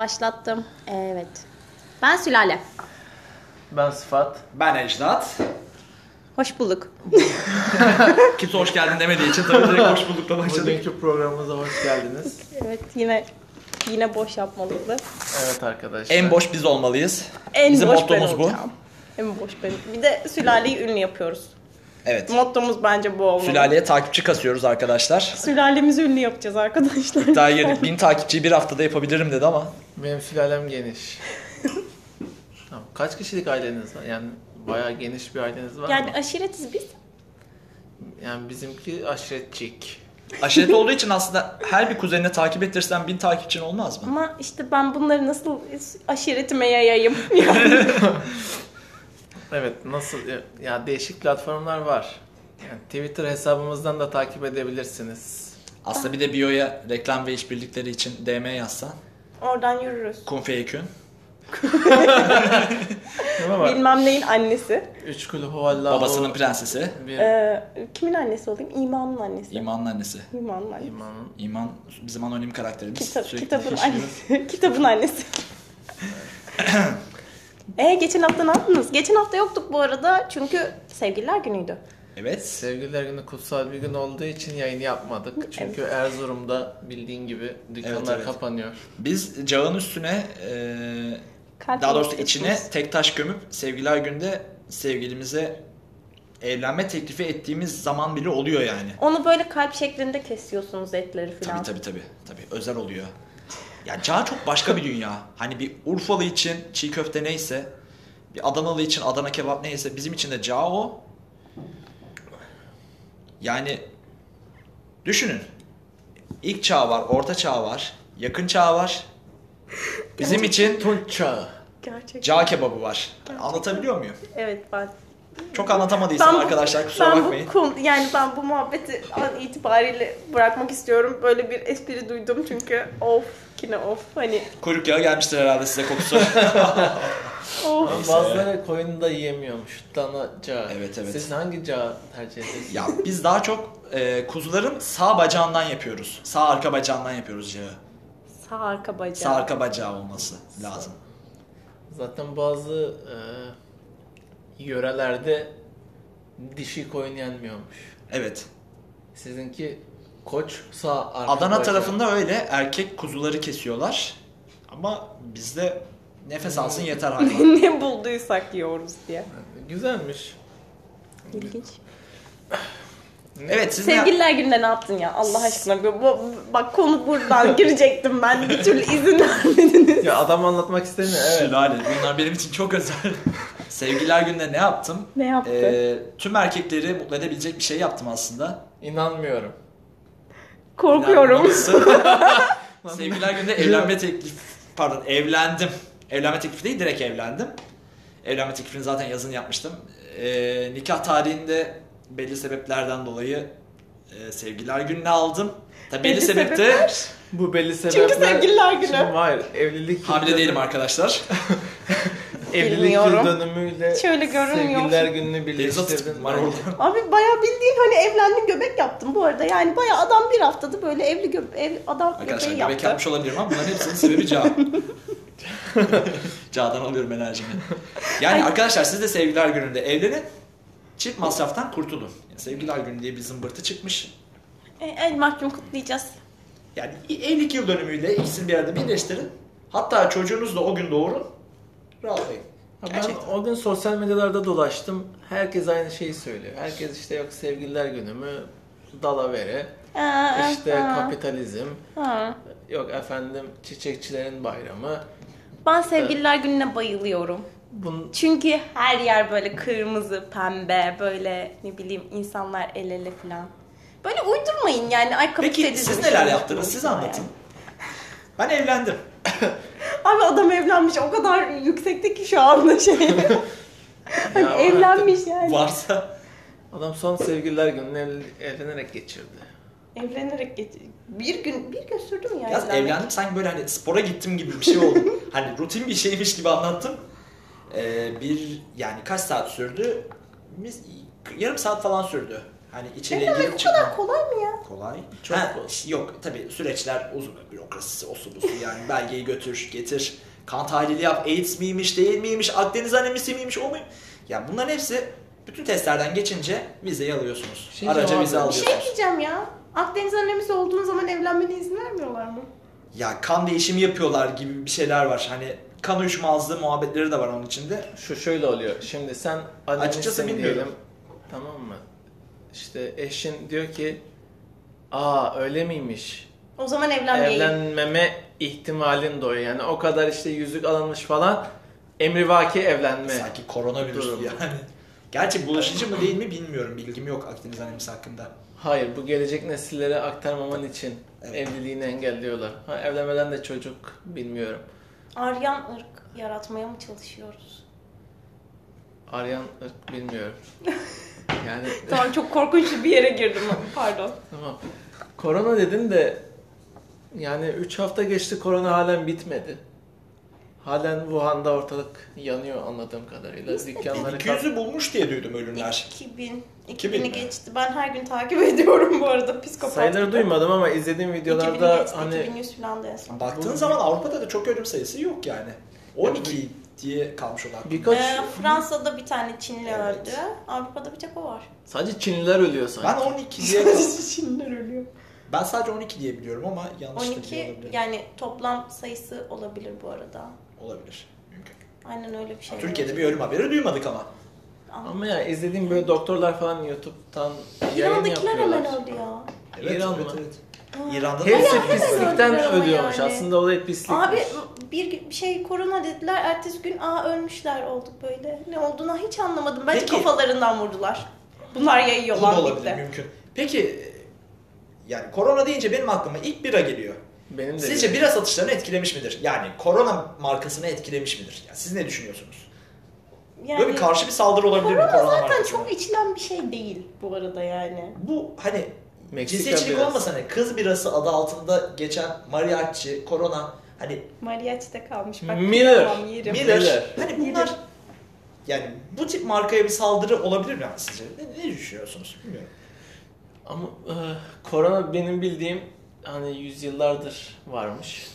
Başlattım. Evet. Ben Sülale. Ben Sıfat. Ben Ejdat. Hoş bulduk. Kimse hoş geldin demediği için tabii direkt hoş buldukla başladık. Bugünkü programımıza hoş geldiniz. Evet yine yine boş yapmalıydı. Evet arkadaşlar. En boş biz olmalıyız. En Bizim boş ben mottomuz bu. olacağım. En boş benim. Bir de sülaleyi ünlü yapıyoruz. Evet. Mottomuz bence bu olmalı. Sülaleye takipçi kasıyoruz arkadaşlar. Sülalemizi ünlü yapacağız arkadaşlar. Daha yeni bin takipçiyi bir haftada yapabilirim dedi ama. Benim sülalem geniş. tamam. Kaç kişilik aileniz var? Yani bayağı geniş bir aileniz var Yani mı? aşiretiz biz. Yani bizimki aşiretçik. Aşiret olduğu için aslında her bir kuzenine takip ettirsen bin takipçin olmaz mı? Ama işte ben bunları nasıl aşiretime yayayım? Yani Evet nasıl? Ya değişik platformlar var. Yani Twitter hesabımızdan da takip edebilirsiniz. Aslında bir de bio'ya reklam ve işbirlikleri için DM yazsan. oradan yürürüz. Kun feykün. Tamam mı? Bilmem neyin annesi. Üç kulü huvallahu. Babasının prensesi. bir Ee, kimin annesi olayım? İman'ın annesi. İman'ın annesi. İman'ın annesi. imanın. İman bizim anonim karakterimiz. Kitap, Sürekli kitabın şişiyor. annesi. kitabın annesi. e geçen hafta ne yaptınız? Geçen hafta yoktuk bu arada çünkü sevgililer günüydü. Evet. Sevgililer günü kutsal bir gün olduğu için yayın yapmadık. Çünkü Erzurum'da bildiğin gibi dükkanlar Evet, evet. kapanıyor. Biz cağın üstüne eee Kalp Daha doğrusu yapıyorsunuz. içine tek taş gömüp sevgiler günde sevgilimize evlenme teklifi ettiğimiz zaman bile oluyor yani. Onu böyle kalp şeklinde kesiyorsunuz etleri Tabii falan. tabii tabii. Tabii özel oluyor. Ya cağ çok başka bir dünya. Hani bir Urfalı için çiğ köfte neyse, bir Adanalı için Adana kebap neyse bizim için de cağ o. Yani düşünün. İlk çağ var, orta çağ var, yakın çağ var. Bizim için Tunç çağı. Gerçekten. cağ kebabı var. Anlatabiliyor muyum? Evet ben. Çok anlatamadıysam bu- arkadaşlar kusura ben bakmayın. Bu, kon- yani ben bu muhabbeti an itibariyle bırakmak istiyorum. Böyle bir espri duydum çünkü of kine of hani Kuyruk yağı gelmiştir herhalde size kokusu. of. Ama bazıları koyunu da yiyemiyormuş. Dana cağı. Evet, evet. Siz hangi cağı tercih ediyorsunuz? ya biz daha çok e, kuzuların sağ bacağından yapıyoruz. Sağ arka bacağından yapıyoruz yağı. Sağ arka bacağı. Sağ arka bacağı olması lazım. Zaten bazı e, yörelerde dişi koyun yenmiyormuş. Evet. Sizinki koç sağ arka Adana bacağı. tarafında öyle erkek kuzuları kesiyorlar. Ama bizde nefes alsın yeter hayvan. ne bulduysak yiyoruz diye. Güzelmiş. İlginç. Evet siz ne... Sevgililer gününde ne yaptın ya Allah aşkına? Bu, bu- bak konu buradan girecektim ben bir türlü izin vermediniz. Ya adam anlatmak istemiyor. Evet. Sülale, bunlar benim için çok özel. Sevgililer günde ne yaptım? Ne yaptı? E, tüm erkekleri mutlu edebilecek bir şey yaptım aslında. İnanmıyorum. Korkuyorum. Sevgililer günde evlenme teklif pardon evlendim. Evlenme teklifi değil direkt evlendim. Evlenme teklifini zaten yazın yapmıştım. Ee, nikah tarihinde belli sebeplerden dolayı e, sevgililer gününe aldım. Tabii belli, Belli sebepte Bu belli sebepler. Çünkü sevgililer günü. Şimdi hayır evlilik hamile yılı- değilim arkadaşlar. Evlilik Bilmiyorum. yıl dönümüyle Şöyle görünmüyor. sevgililer gününü Deniz birleştirdin. var orada. Abi bayağı bildiğin hani evlendim göbek yaptım bu arada. Yani bayağı adam bir haftada böyle evli göbek ev, adam Arkadaşlar göbeği göbek yaptı. yapmış olabilirim ama bunların hepsinin sebebi Ca. Ca'dan alıyorum enerjimi. Yani arkadaşlar siz de sevgiler gününde evlenin. Çift masraftan kurtulun. Yani sevgiler günü diye bir zımbırtı çıkmış. E, el mahkum kutlayacağız. Yani evlilik yıl dönümüyle ikisini bir arada birleştirin. Hatta çocuğunuzu da o gün doğurun. Rahatlayın. Ha, Gerçekten. Ben o gün sosyal medyalarda dolaştım. Herkes aynı şeyi söylüyor. Herkes işte yok sevgililer günü mü, dalavere, Aa, işte ha, kapitalizm, ha. yok efendim çiçekçilerin bayramı. Ben sevgililer gününe bayılıyorum. Bunun Çünkü her yer böyle kırmızı, pembe, böyle ne bileyim insanlar el ele falan. Böyle uydurmayın yani. Ay, Peki kapitalizm siz işte. neler yaptınız? Siz anlatın. Ben evlendim. Abi adam evlenmiş o kadar yüksekte ki şu anda şey. Hani Ya, evlenmiş yani. Varsa adam son sevgililer gününü evli- evlenerek geçirdi. Evlenerek geç... Bir gün bir gün sürdü mü ya? biraz evlenmek? evlendim sanki böyle hani spora gittim gibi bir şey oldu. hani rutin bir şeymiş gibi anlattım. Ee, bir yani kaç saat sürdü? Biz- Yarım saat falan sürdü. Hani içeriye Evlenmek girip bu kadar çıkmak kolay mı ya? kolay. Çok Ha, kolay. Yok tabii süreçler uzun bürokrasisi osu busu yani belgeyi götür getir. Kan tahlili yap AIDS miymiş değil miymiş Akdeniz anemisi miymiş o muyum? Ya bunların hepsi bütün testlerden geçince vizeyi alıyorsunuz. Şey Araca cevabı- vize Bir Bir şey alıyorsunuz. diyeceğim ya. Akdeniz annemiz olduğun zaman evlenmene izin vermiyorlar mı? Ya kan değişimi yapıyorlar gibi bir şeyler var. Hani kan uyuşmazlığı muhabbetleri de var onun içinde. Şu şöyle oluyor. Şimdi sen Açıkçası annensin bilmiyorum. diyelim. Tamam mı? İşte eşin diyor ki aa öyle miymiş? O zaman evlenmeyi. Evlenmeme ihtimalin doğuyor. Yani o kadar işte yüzük alınmış falan. Emrivaki evlenme. Sanki koronavirüs Durum. yani. Gerçi bulaşıcı mı değil mi bilmiyorum. Bilgim yok Akdeniz anemisi hakkında. Hayır bu gelecek nesillere aktarmaman için Evet. evliliğini engelliyorlar. Ha, evlenmeden de çocuk bilmiyorum. Aryan ırk yaratmaya mı çalışıyoruz? Aryan ırk bilmiyorum. Yani e, Tamam çok korkunç bir yere girdim. Pardon. tamam. Korona dedin de yani 3 hafta geçti korona halen bitmedi. Halen Wuhan'da ortalık yanıyor anladığım kadarıyla. Dükkanları kap- 200'ü bulmuş diye duydum ölümler. 2000. 2000 2000'i mi? geçti. Ben her gün takip ediyorum bu arada. Psikopat. Sayıları duymadım ama izlediğim 2000'i videolarda geçti. hani 2100 falan da en son. Baktığın Bunun- zaman Avrupa'da da çok ölüm sayısı yok yani. 12 diye kalmış olan. birkaç Ee, Fransa'da bir tane Çinli Evet. öldü. Avrupa'da bir tek o var. sadece Çinliler ölüyor sanki. Ben 12 diye Çinliler ölüyor. ben sadece 12 diye biliyorum ama yanlış da 12 biliyor yani toplam sayısı olabilir bu arada. olabilir. Mümkün. Aynen öyle bir şey. Türkiye'de bir ölüm haberi duymadık ama. Ama ya izlediğim böyle doktorlar falan YouTube'dan yayın İran'dakiler hemen yapıyorlar. öldü ya. İran mı? İran'da da Hepsi Bayağı pislikten öldürüyor ama ölüyormuş. yani. Aslında olay pislik. Abi bir bir şey korona dediler. Ertesi gün aa ölmüşler olduk böyle. Ne olduğunu hiç anlamadım. Bence Peki. kafalarından vurdular. Bunlar Bu da yayıyorlar olabilir birlikte. mümkün. Peki e, yani korona deyince benim aklıma ilk bira geliyor. Benim de Sizce bira satışlarını etkilemiş midir? Yani korona markasını etkilemiş midir? Yani siz ne düşünüyorsunuz? Böyle bir karşı bir saldırı olabilir mi korona korona zaten markasına? çok içilen bir şey değil bu arada yani. Bu hani Meksika cinsiyetçilik birası. olmasa hani kız birası adı altında geçen mariachi, korona hani Mariachi'de kalmış. Bak, Miller. tamam, yerim. Miller. Miller. Hani Miller. bunlar yani bu tip markaya bir saldırı olabilir mi yani sizce? Ne, ne düşünüyorsunuz? Bilmiyorum. Ama e, korona benim bildiğim hani yüzyıllardır varmış.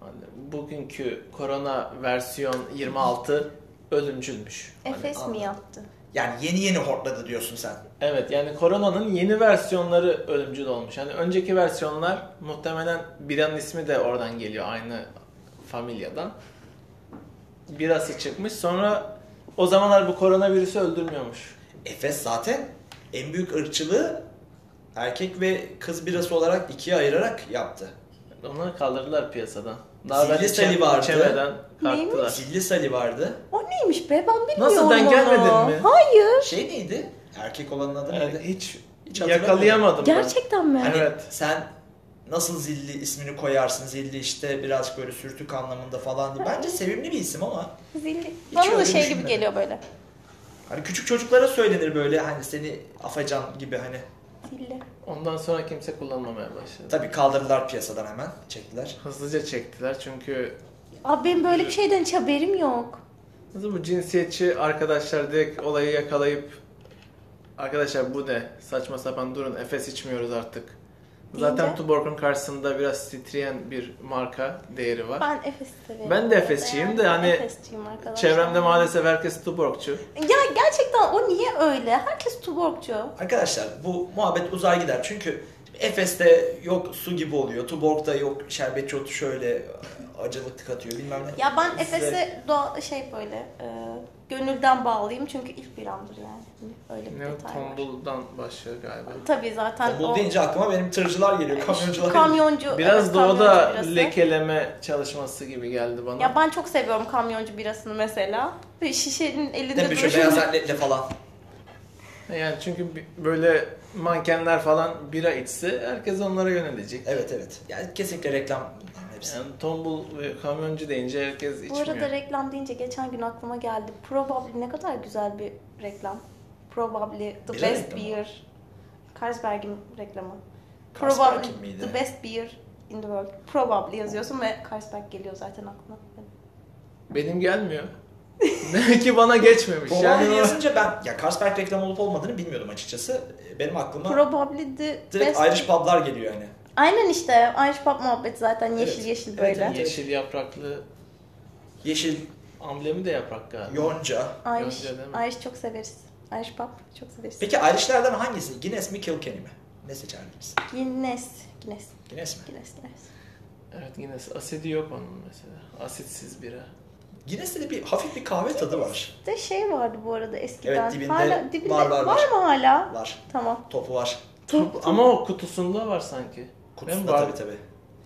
Hani bugünkü korona versiyon 26 ölümcülmüş. Efes mi Hani anladım. yaptı? Yani yeni yeni hortladı diyorsun sen. Evet yani koronanın yeni versiyonları ölümcül olmuş. Hani önceki versiyonlar muhtemelen biranın ismi de oradan geliyor aynı familyadan. Birası çıkmış sonra o zamanlar bu koronavirüsü öldürmüyormuş. Efes zaten en büyük ırkçılığı erkek ve kız birası olarak ikiye ayırarak yaptı. Onları kaldırdılar piyasadan. Zilli evvel içe- sali vardı. içemeden kalktılar. Neymiş? Zilli Sali vardı. O neymiş be ben bilmiyorum Nasıl, denk onu. gelmedin mi? Hayır. Şey neydi? Erkek olanın adı Evet, neydi? hiç, Hiç hatırlamıyorum. yakalayamadım ben. Gerçekten mi? Hani Evet. sen nasıl zilli ismini koyarsın? Zilli işte birazcık böyle sürtük anlamında falan diye. Bence sevimli bir isim ama Zilli. Hiç Bana da öyle şey gibi düşünmedim. geliyor böyle. hani küçük çocuklara söylenir böyle hani seni afacan gibi hani. Zilli. Ondan sonra kimse kullanmamaya başladı. Tabii kaldırdılar piyasadan hemen çektiler. Hızlıca çektiler çünkü Abi benim böyle bir şeyden hiç haberim yok. nasıl bu cinsiyetçi arkadaşlar direkt olayı yakalayıp arkadaşlar bu ne saçma sapan durun Efes içmiyoruz artık. Zaten Deyince? Tuborg'un karşısında biraz titreyen bir marka değeri var. Ben Efes'i severim. Ben de Efesçiyim de Ben hani Efesçiyim arkadaşlar. Çevremde maalesef herkes Tuborgçu. Ya gerçekten o niye öyle? Herkes tuborgcu. Arkadaşlar bu muhabbet uzar gider çünkü Efes'te yok su gibi oluyor, Tuborg'da yok şerbetçi otu şöyle acılık katıyor bilmem ne. Ya ben Size- Efes'e doğa şey böyle e, gönülden bağlıyım çünkü ilk biramdır yani. Öyle bir Ne o detay var. tombuldan başlıyor galiba. Tabii zaten Bu deyince aklıma benim tırcılar geliyor, kamyoncular geliyor. kamyoncu Biraz evet, doğuda kamyoncu birası. lekeleme çalışması gibi geldi bana. Ya ben çok seviyorum kamyoncu birasını mesela. Ve şişenin elinde Tabii şu duruşu. beyaz atletle falan. Yani çünkü bi- böyle mankenler falan bira içse herkes onlara yönelecek. Evet evet. Yani kesinlikle reklam bunların hepsi. Yani tombul ve kamyoncu deyince herkes Bu içmiyor. arada reklam deyince geçen gün aklıma geldi. Probably ne kadar güzel bir reklam. Probably the Bira best reklamı. beer. Carlsberg'in reklamı. Carlsberg Probably miydi? the best beer in the world. Probably yazıyorsun ve Carlsberg geliyor zaten aklına. Benim gelmiyor. Demek ki bana geçmemiş. Boğalay'ı Yani yazınca ben ya Carlsberg reklam olup olmadığını bilmiyordum açıkçası. E, Benim aklıma Probably the direkt best. Irish pub'lar geliyor hani. yani. Aynen işte. Irish pub muhabbeti zaten yeşil Evet. yeşil Evet, böyle. evet. yeşil yapraklı Yeşil, amblemi de yaprak galiba. yonca. Irish, Yok, değil mi? Irish çok severiz. Irish pub çok severiz. Peki Irish'lerden hangisi? Guinness mi Kilkenny mi? Ne seçerdiniz? Guinness. Guinness. Guinness mi? Guinness. Guinness. Evet yine asidi yok onun mesela. Asitsiz bira. Guinness'te de bir hafif bir kahve tadı var. Bir De şey vardı bu arada eskiden. Evet, dibinde hala, dibinde var, var, var, var. mı hala? Var. Tamam. Topu var. Top, Ama o kutusunda var sanki. Değil mi? Kutusunda Var- tabii tabii.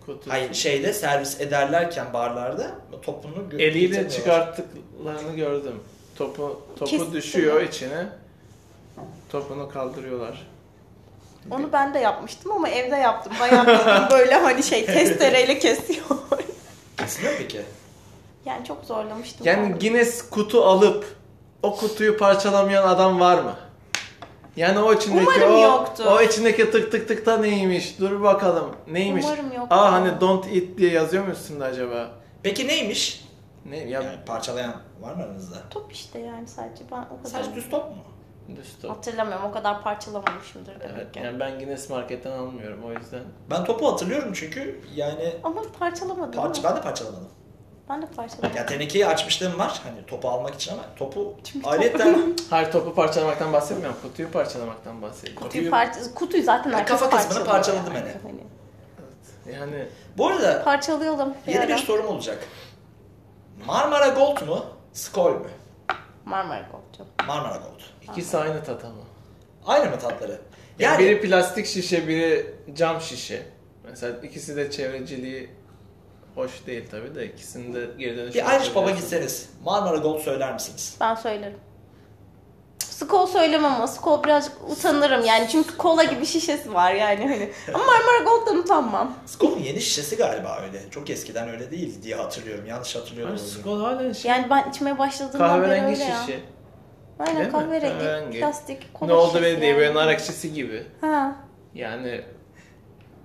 Kutu. Hayır şeyde servis ederlerken barlarda topunu gö- Eliyle getirmiyorlar. çıkarttıklarını gördüm. Topu topu Kesin. düşüyor içine. Topunu kaldırıyorlar. Onu ben de yapmıştım ama evde yaptım. Bayağı bildiğin böyle hani şey testereyle kesiyor. Kesiliyor peki. yani çok zorlamıştım. Yani Guinness kutu alıp o kutuyu parçalamayan adam var mı? Yani o içindeki Umarım o, yoktur. o içindeki tık tık tıkta neymiş? Dur bakalım. Neymiş? Umarım yoktur. Aa hani don't eat diye yazıyor mu üstünde acaba? Peki neymiş? Ne ya Yani parçalayan var mı aranızda? Top işte yani sadece ben o kadar Sadece düz top mu? Düz top. hatırlamıyorum. O kadar parçalamamışımdır demek Evet, ki. yani ben Guinness marketten almıyorum o yüzden. Ben topu hatırlıyorum çünkü yani Ama parçalamadım. parça, ben de parçalamadım. Ben de parçaladım. Ya tenekeyi açmışlığım var hani topu almak için ama topu Çünkü ayrıyetten Hayır topu parçalamaktan bahsetmiyorum. Kutuyu parçalamaktan bahsediyorum. Kutuyu, parça, kutuyu zaten Ya herkes kafa kısmını parçalıyor parçaladım yani. hani. Hani Yani Bu arada Parçalayalım. bir yeni ara. bir sorum olacak. Marmara Gold mu? Skol mü? Marmara Gold'cu. Marmara Gold. ikisi aynı tat ama. Aynı mı tatları? Yani Yani biri plastik şişe, biri cam şişe. Mesela ikisi de çevreciliği hoş değil tabii de ikisinde geri dönüş. bir Irish Pub'a gitseniz Marmara Gold söyler misiniz? Ben söylerim. Skol söylemem ama Skol birazcık utanırım yani çünkü kola gibi şişesi var yani hani. Ama Marmara Gold'dan utanmam. Skol'un yeni şişesi galiba öyle. Çok eskiden öyle değil diye hatırlıyorum. Yanlış hatırlıyorum. Abi skol hala şey. Yani ben içmeye başladığımdan beri kahverengi öyle ya. şişe. Değil Aynen mi? kahverengi, Kahverengi. plastik, kola ne oldu şişesi belli değil yani. böyle nar ekşisi gibi. Ha. Yani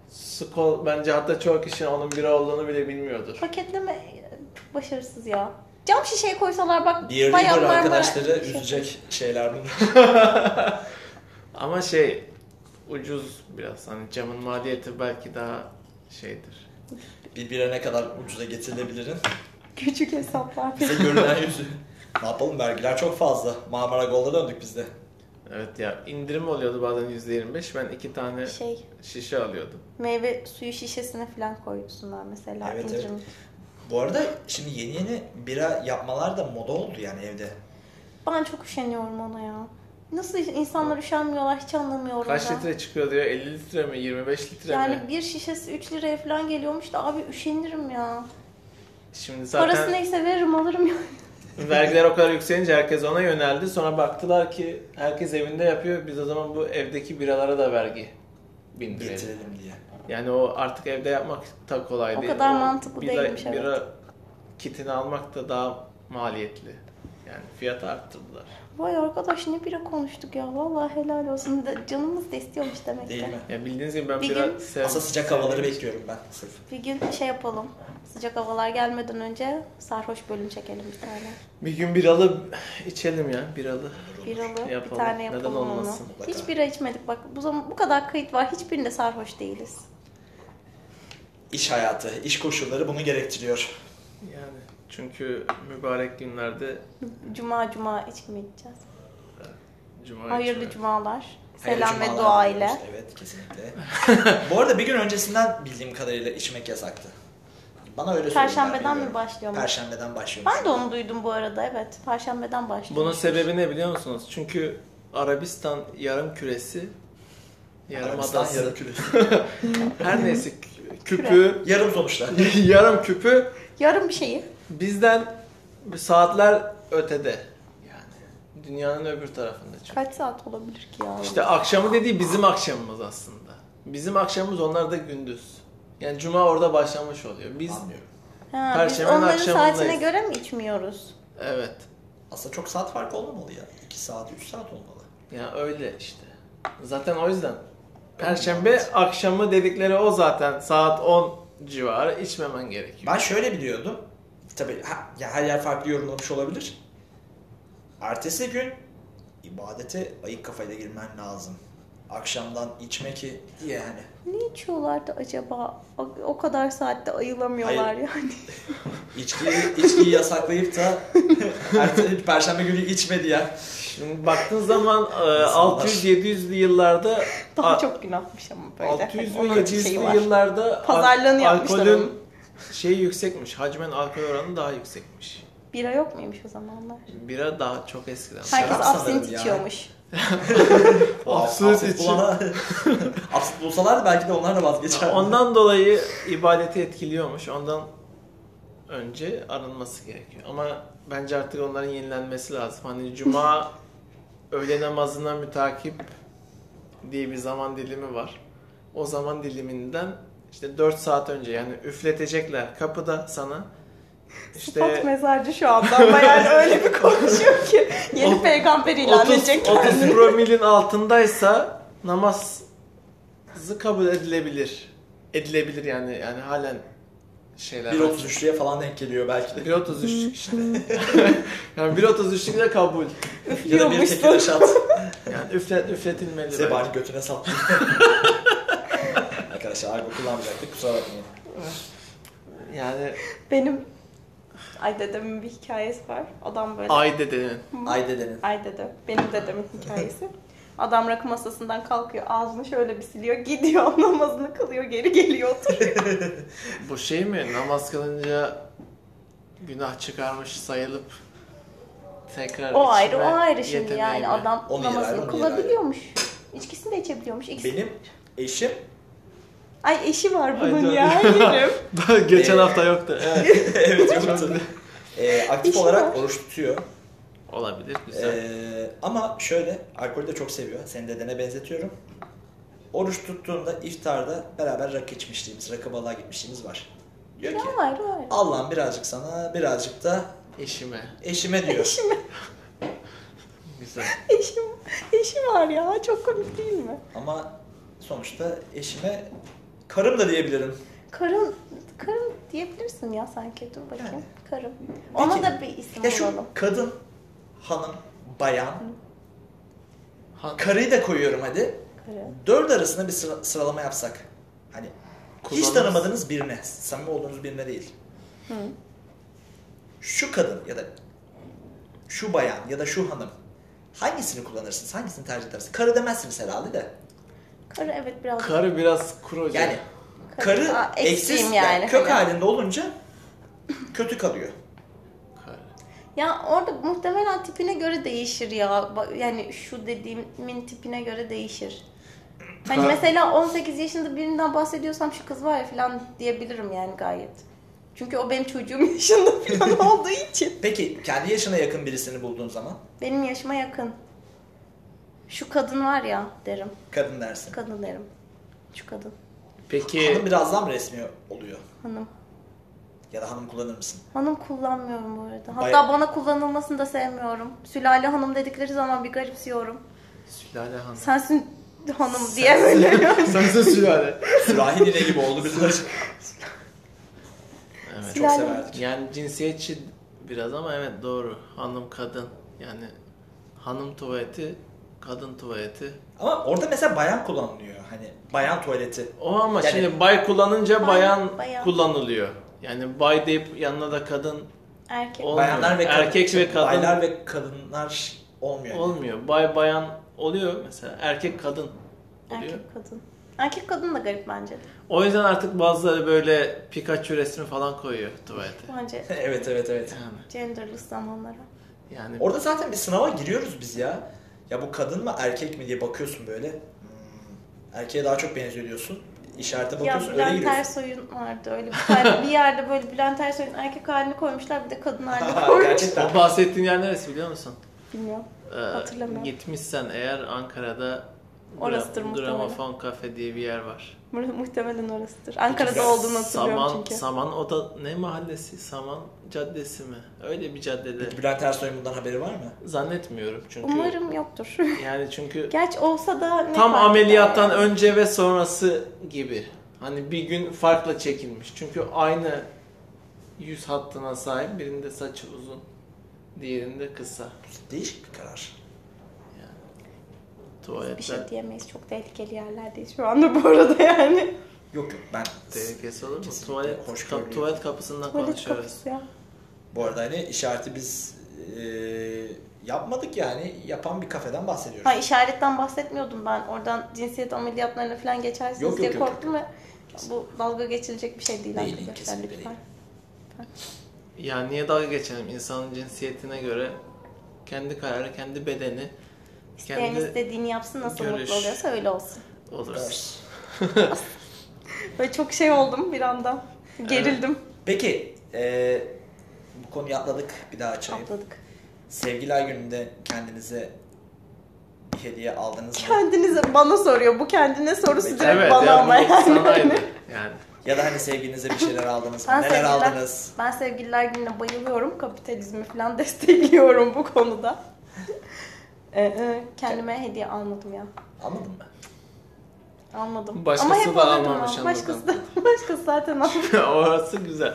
skol bence hatta çoğu kişinin onun bira olduğunu bile bilmiyordur. Paketleme e, çok başarısız ya. Cam şişeye koysalar bak Beer bayağı şey. River Marmara- arkadaşları üzecek şeyler bunlar. Ama şey ucuz biraz hani camın maliyeti belki daha şeydir. bir bira ne kadar ucuza getirilebilirin. Küçük hesaplar. Bize görünen yüzü. Ne yapalım vergiler çok fazla. Marmara Gold'a döndük biz de. Evet ya indirim oluyordu bazen %25 ben iki tane şey şişe alıyordum. meyve suyu şişesine falan koysunlar mesela. Evet, indirim. evet. Bu arada şimdi yeni yeni bira yapmalar da moda oldu yani evde. Ben çok üşeniyorum ona ya. Nasıl insanlar üşenmiyorlar hiç anlamıyorum Kaç ben. litre çıkıyor diyor? 50 litre mi? 25 litre mi? Yani bir şişesi 3 liraya falan geliyormuş da abi üşenirim ya. Şimdi zaten Parası neyse veririm alırım ya. vergiler o kadar yükselince herkes ona yöneldi. Sonra baktılar ki herkes evinde yapıyor. Biz o zaman bu evdeki biralara da vergi bindirelim. Getirelim diye. Yani o artık evde yapmak da kolay O değil. kadar mantıklı bira, değilmiş, evet. Bira kitini almak da daha maliyetli. Yani fiyatı arttırdılar. Vay arkadaş ne bira konuştuk ya. Vallahi helal olsun. De- Canımız da istiyormuş demek Değil ki. mi? Ya bildiğiniz gibi ben Bir bira gün- sev- Aslında sıcak havaları bekliyorum ben sırf. Bir gün şey yapalım. Sıcak havalar gelmeden önce sarhoş bölüm çekelim bir tane. Bir gün biralı içelim ya biralı. Biralı bir Yapalım. tane Neden yapalım onu. olmasın? Mutlaka. Hiç bira içmedik bak. Bu zaman bu kadar kayıt var. Hiçbirinde sarhoş değiliz. İş hayatı, iş koşulları bunu gerektiriyor. Yani çünkü mübarek günlerde Cuma cuma içmeyeceğiz. cuma Hayırlı içmiyoruz. cumalar. Hayırlı Selam ve cumalar dua ile. diliyoruz. Evet kesinlikle. Bu arada bir gün öncesinden bildiğim kadarıyla içmek yasaktı. Bana öyle söylediler. Perşembeden bilmiyorum. mi başlıyor mu? Perşembeden başlıyor. Ben de onu duydum bu arada evet. Perşembeden başlıyor. Bunun sebebi ne biliyor musunuz? Çünkü Arabistan yarım küresi, yarım Arabistan adası, yarım küresi. her neyse küpü, yarım sonuçta. yarım küpü Yarın bir şeyi. bizden saatler ötede. Yani dünyanın öbür tarafında çünkü. Kaç saat olabilir ki ya? İşte akşamı dediği bizim akşamımız aslında. Bizim akşamımız onlar da gündüz. Yani cuma orada başlamış oluyor. Biz Anlıyorum. ha, Perşembenin biz onların akşamındayız. saatine göre mi içmiyoruz? evet. Aslında çok saat farkı olmamalı ya. 2 saat, 3 saat olmalı. Ya öyle işte. Zaten o yüzden Perşembe akşamı dedikleri o zaten saat 10 civarı içmemen gerekiyor. Ben şöyle biliyordum. Tabii ha- ya her yer farklı yorumlamış olabilir. Ertesi gün ibadete ayık kafayla girmen lazım. Akşamdan içme ki diye hani. Ne içiyorlardı acaba? O, o kadar saatte ayılamıyorlar Hayır. yani. İçkiyi, içkiyi yasaklayıp da ertesi, perşembe günü içme diye. Şimdi baktığın zaman e, 600-700'lü yıllarda Daha a- çok günahmış ama böyle. 600 ve Onun da bir şeyi 700'lü var. yıllarda Pazarlığını al- yapmışlar alkolün onun. şeyi yüksekmiş. Hacmen alkol oranı daha yüksekmiş. Bira yok muymuş o zamanlar? Bira daha çok eskiden. Herkes Şarap absint sanırım ya. içiyormuş. Absolut Absürt için. bulana- Absürt bulsalar belki de onlar da vazgeçer. Ondan dolayı ibadeti etkiliyormuş. Ondan önce arınması gerekiyor. Ama bence artık onların yenilenmesi lazım. Hani cuma öğle namazına mütakip diye bir zaman dilimi var. O zaman diliminden işte 4 saat önce yani üfletecekler kapıda sana. Pat İşte mezarcı şu anda ama yani öyle bir konuşuyor ki. Yeni Ot- peygamber ilan 30, edecek 30 kendini. promilin altındaysa namazı kabul edilebilir. Edilebilir yani yani halen şeyler. var. 1.33'lüye falan denk geliyor belki de. 1.33'lük işte. yani 1.33'lük de kabul. Ya da bir şey. tekele Üflüyormuşsun. şat. Yani üflet, üfletilmeli. Size bence. bari götüne sap. Arkadaşlar argo kullanmayacaktık kusura bakmayın. Yani Benim ay dedemin bir hikayesi var. Adam böyle. ay dedenin. Ay dedenin. Ay dede. Benim dedemin hikayesi. Adam rakı masasından kalkıyor. Ağzını şöyle bir siliyor. Gidiyor namazını kılıyor. Geri geliyor oturuyor. Bu şey mi? Namaz kılınca günah çıkarmış sayılıp tekrar o ayrı o içme ayrı şimdi yeteneği yani. mi? Adam Onu yer ayrı, namazını onu yer ayrı. kılabiliyormuş. İçkisini de içebiliyormuş. İkisi... Benim eşim Ay eşi var bunun Ay, ya. canım. Yerim. Geçen Ee, hafta yoktu. Evet. evet yoktu. Ee, aktif İşi olarak var. oruç tutuyor. Olabilir güzel. Ee, ama şöyle alkolü de çok seviyor. Senin dedene benzetiyorum. Oruç tuttuğunda iftarda beraber rakı içmişliğimiz, rakı balığa gitmişliğimiz var. Diyor ki O ayrı o ayrı. Allah'ım birazcık sana, birazcık da Eşime. eşime diyor. Eşim, Güzel. eşim, eşi var ya. Çok komik değil mi? Ama sonuçta eşime karım da diyebilirim. Karın, karın diyebilirsin ya sanki. Dur bakayım. Yani. Karın. Ona Peki. da bir isim Ya şu bulalım. kadın, hanım, bayan, Han- karıyı da koyuyorum hadi. Karın. Dört arasında bir sıra- sıralama yapsak. Hani hiç Kullanımız- tanımadığınız birine, samimi olduğunuz birine değil. Hı. Şu kadın ya da şu bayan ya da şu hanım hangisini kullanırsınız? Hangisini tercih edersiniz? Karı demezsiniz herhalde de. Karı evet biraz. Karı biraz kuru hocam. Yani karı Aa, eksiz eksiğim yani, yani. kök Hani- halinde olunca kötü kalıyor. Karı. Ya orada muhtemelen tipine göre değişir ya. Ba- Yani şu dediğimin tipine göre değişir. Hani Ha. mesela 18 yaşında birinden bahsediyorsam şu kız var ya falan diyebilirim yani gayet. Çünkü o benim çocuğum yaşında falan olduğu için. Peki kendi yaşına yakın birisini bulduğun zaman Benim yaşıma yakın. Şu kadın var ya derim. kadın dersin. Kadın derim. Şu kadın. Peki Hanım biraz daha mı resmi oluyor? Hanım. Ya da hanım kullanır mısın? Hanım kullanmıyorum bu arada. Hatta Bayağı- bana kullanılmasını da sevmiyorum. Sülale hanım dedikleri zaman bir garipsiyorum. sülale hanım. Sensin hanım diye böyle. Sensin sülale. Sürahi nine gibi oldu biraz. Evet. Çok Sülale. severdik. Yani cinsiyetçi biraz ama evet doğru. Hanım kadın. Yani hanım tuvaleti, kadın tuvaleti. Ama orada mesela bayan kullanılıyor. Hani bayan tuvaleti. O ama Yani- şimdi bay kullanınca Bay- bayan, bayan. kullanılıyor. Yani bay deyip yanına da kadın Erkek. Olmuyor. Bayanlar ve Erkek ve kadın. Baylar ve kadınlar olmuyor. olmuyor. Bay bayan oluyor mesela. Erkek kadın oluyor. Erkek kadın. Erkek kadın da garip bence. O yüzden artık bazıları böyle Pikachu resmi falan koyuyor tuvalete. Bence evet evet evet. Yani, genderless zamanlara. yani Orada zaten bir sınava giriyoruz biz ya. Ya bu kadın mı erkek mi diye bakıyorsun böyle. Hmm, erkeğe daha çok benziyor diyorsun. İşarete Ya bakıyorsun öyle Bülent giriyorsun. Ersoy'un vardı öyle bir tane. bir yerde böyle Bülent Ersoy'un erkek halini koymuşlar bir de kadın halini Ha, koymuşlar. Gerçekten. o bahsettiğin yer neresi biliyor musun? Bilmiyorum. Ee, Hatırlamıyorum. Gitmişsen eğer Ankara'da Orasıdır Gra- muhtemelen. Gramofon Kafe diye bir yer var. Mu- Muhtemelen orasıdır. Peki, Ankara'da olduğunu hatırlıyorum Saman, çünkü. Saman Oda ne mahallesi? Saman Caddesi mi? Öyle bir caddede. Bülent Ersoy'un bundan haberi var mı? Zannetmiyorum çünkü. Umarım yoktur. Yani çünkü Gerçi olsa da ne tam fark eder ameliyattan yani? önce ve sonrası gibi. Hani bir gün farkla çekilmiş. Çünkü aynı yüz hattına sahip. Birinde saçı uzun. Diğerinde kısa. Değişik bir Bir karar. Tuvaletler şey diyemeyiz. Çok tehlikeli yerlerdeyiz şu anda bu arada yani. Yok yok ben tehlikesi olur mu? Kesinlikle Tuvalet, hoş kap- görünüyor. tuvalet kapısından Tuvalet konuşuyoruz. kapısı ya. bu arada hani işareti biz e, yapmadık yani yapan bir kafeden bahsediyoruz. Ha işaretten bahsetmiyordum ben. Oradan cinsiyet ameliyatlarına falan geçersiniz Yok, yok, diye yok, yok. korktum ve bu dalga geçilecek bir şey değil. Değil, arkadaşlar, kesinlikle lütfen. değil. Ya niye dalga geçelim? İnsanın cinsiyetine göre kendi kararı, kendi bedeni, İsteyen kendi istediğini yapsın nasıl görüş. mutlu oluyorsa öyle olsun. olur. Evet. Böyle çok şey oldum bir anda. Gerildim. Peki e, bu konuyu atladık bir daha açayım. Atladık. Sevgiler gününde kendinize bir hediye aldınız mı? Kendinize bana soruyor. Bu kendine sorusu direkt Evet, bana ya, ama bu sana yani. hani. aynı. Yani ya da hani sevgilinize bir şeyler aldınız mı? Ben Neler sevgililer- aldınız? Ben sevgililer gününe bayılıyorum. Kapitalizmi falan destekliyorum bu konuda. Ee, e, Kendime hediye almadım ya. Anladın mı? Almadım. Başkası Ama hep da alırdım almamış ama. anladım. Başkası, da, başkası zaten almış. orası güzel.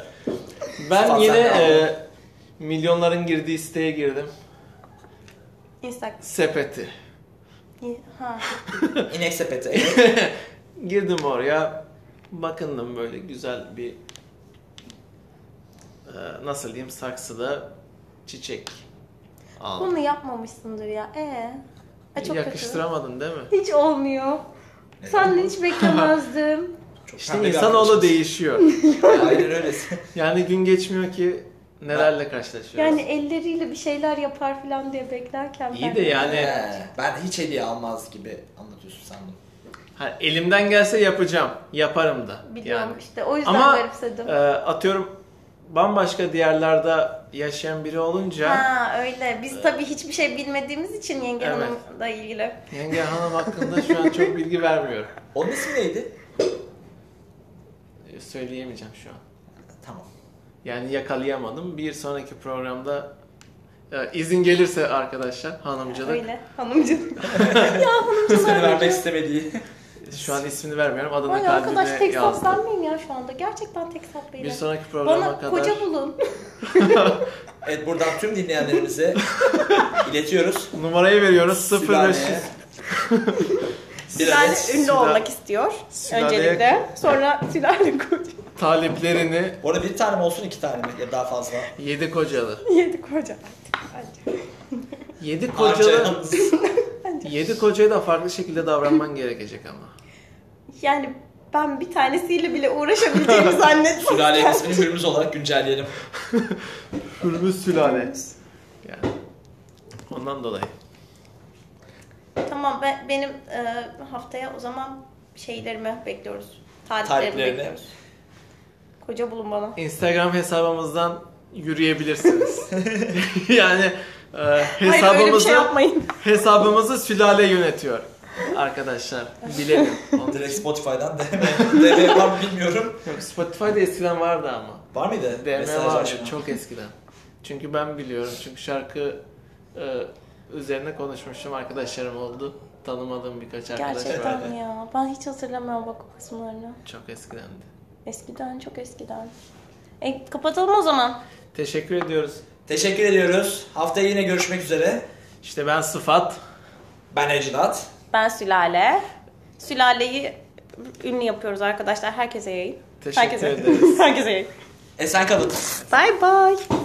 Ben Bazen yine de e, milyonların girdiği siteye girdim. Instagram. Sepeti. Ha. İnek sepeti. evet. Girdim oraya. Bakındım böyle güzel bir e, nasıl diyeyim saksıda çiçek aldım. Bunu yapmamışsındır ya. Ee. Ay, çok Yakıştıramadın değil mi? kötü. Hiç olmuyor. Senden hiç beklemezdim. Çok pembe İşte bir insanoğlu arkadaşımız. değişiyor. Aynen öylesi. Yani gün geçmiyor ki nelerle karşılaşıyoruz. yani elleriyle bir şeyler yapar falan diye beklerken ben... İyi de yani Ee, ben hiç hediye almaz gibi anlatıyorsun sen bunu. ha, elimden gelse yapacağım. Yaparım da. Biliyorum Yani. işte. O yüzden Ama garipsedim. e, atıyorum bambaşka diyarlarda yaşayan biri olunca Ha öyle. Biz tabii hiçbir şey bilmediğimiz için yenge E. Evet. hanımla ilgili. yenge hanım hakkında şu an çok bilgi vermiyorum. Onun ismi neydi? E, Söyleyemeyeceğim şu an. Tamam. Yani yakalayamadım. Bir sonraki programda e, izin gelirse arkadaşlar hanımcılık. Öyle hanımcılık. İsmini vermek istemediği. Şu an ismini vermiyorum. Adını Vay kalbime arkadaş tek sap yazdım. ben miyim ya şu anda? Gerçekten tek sap Bir benim. sonraki programa Bana kadar. koca bulun. Evet buradan tüm dinleyenlerimize iletiyoruz. Numarayı veriyoruz. 0 Sülaleye bir Sülale adet ünlü Sülale- olmak istiyor. Sülale- Öncelikle. Sonra sülale koca. Taleplerini Bu arada bir tane mi olsun iki tane mi? Ya daha fazla. yedi kocalı. Yedi koca artık bence. Yedi kocalı. Harcayalım. yedi kocaya da farklı şekilde davranman gerekecek ama. Yani ben bir tanesiyle bile uğraşabileceğimi zannetmiyorum. Sülalenin ismini hürmüz olarak güncelleyelim. Hürmüz sülale. Yani. Ondan dolayı. Tamam ben, benim e, haftaya o zaman şeylerimi bekliyoruz. Tarihlerimi Tariflerini. bekliyoruz. Koca bulun bana. Instagram hesabımızdan yürüyebilirsiniz. yani e, Hayır öyle bir hesabımızı şey yapmayın. hesabımızı sülale yönetiyor. Arkadaşlar bilelim. Onu Direkt Spotify'dan DM, DM var mı bilmiyorum. Yok Spotify'da eskiden vardı ama. Var mıydı? DM Mesaj vardı açma. çok eskiden. Çünkü ben biliyorum. Çünkü şarkı e, üzerine konuşmuştum. Arkadaşlarım oldu. Tanımadığım birkaç arkadaş vardı. Gerçekten ya. Ben hiç hatırlamıyorum bak o kısımlarını. Çok eskidendi. Eskiden çok eskiden. E, kapatalım o zaman. Teşekkür ediyoruz. Teşekkür ediyoruz. Haftaya yine görüşmek üzere. İşte ben Sıfat. Ben Ecdat. Ben Sülale. Sülaleyi ünlü yapıyoruz arkadaşlar. Herkese yayın. Teşekkür Herkese. ederiz. Herkese yayın. Esen kalın. Bye bye.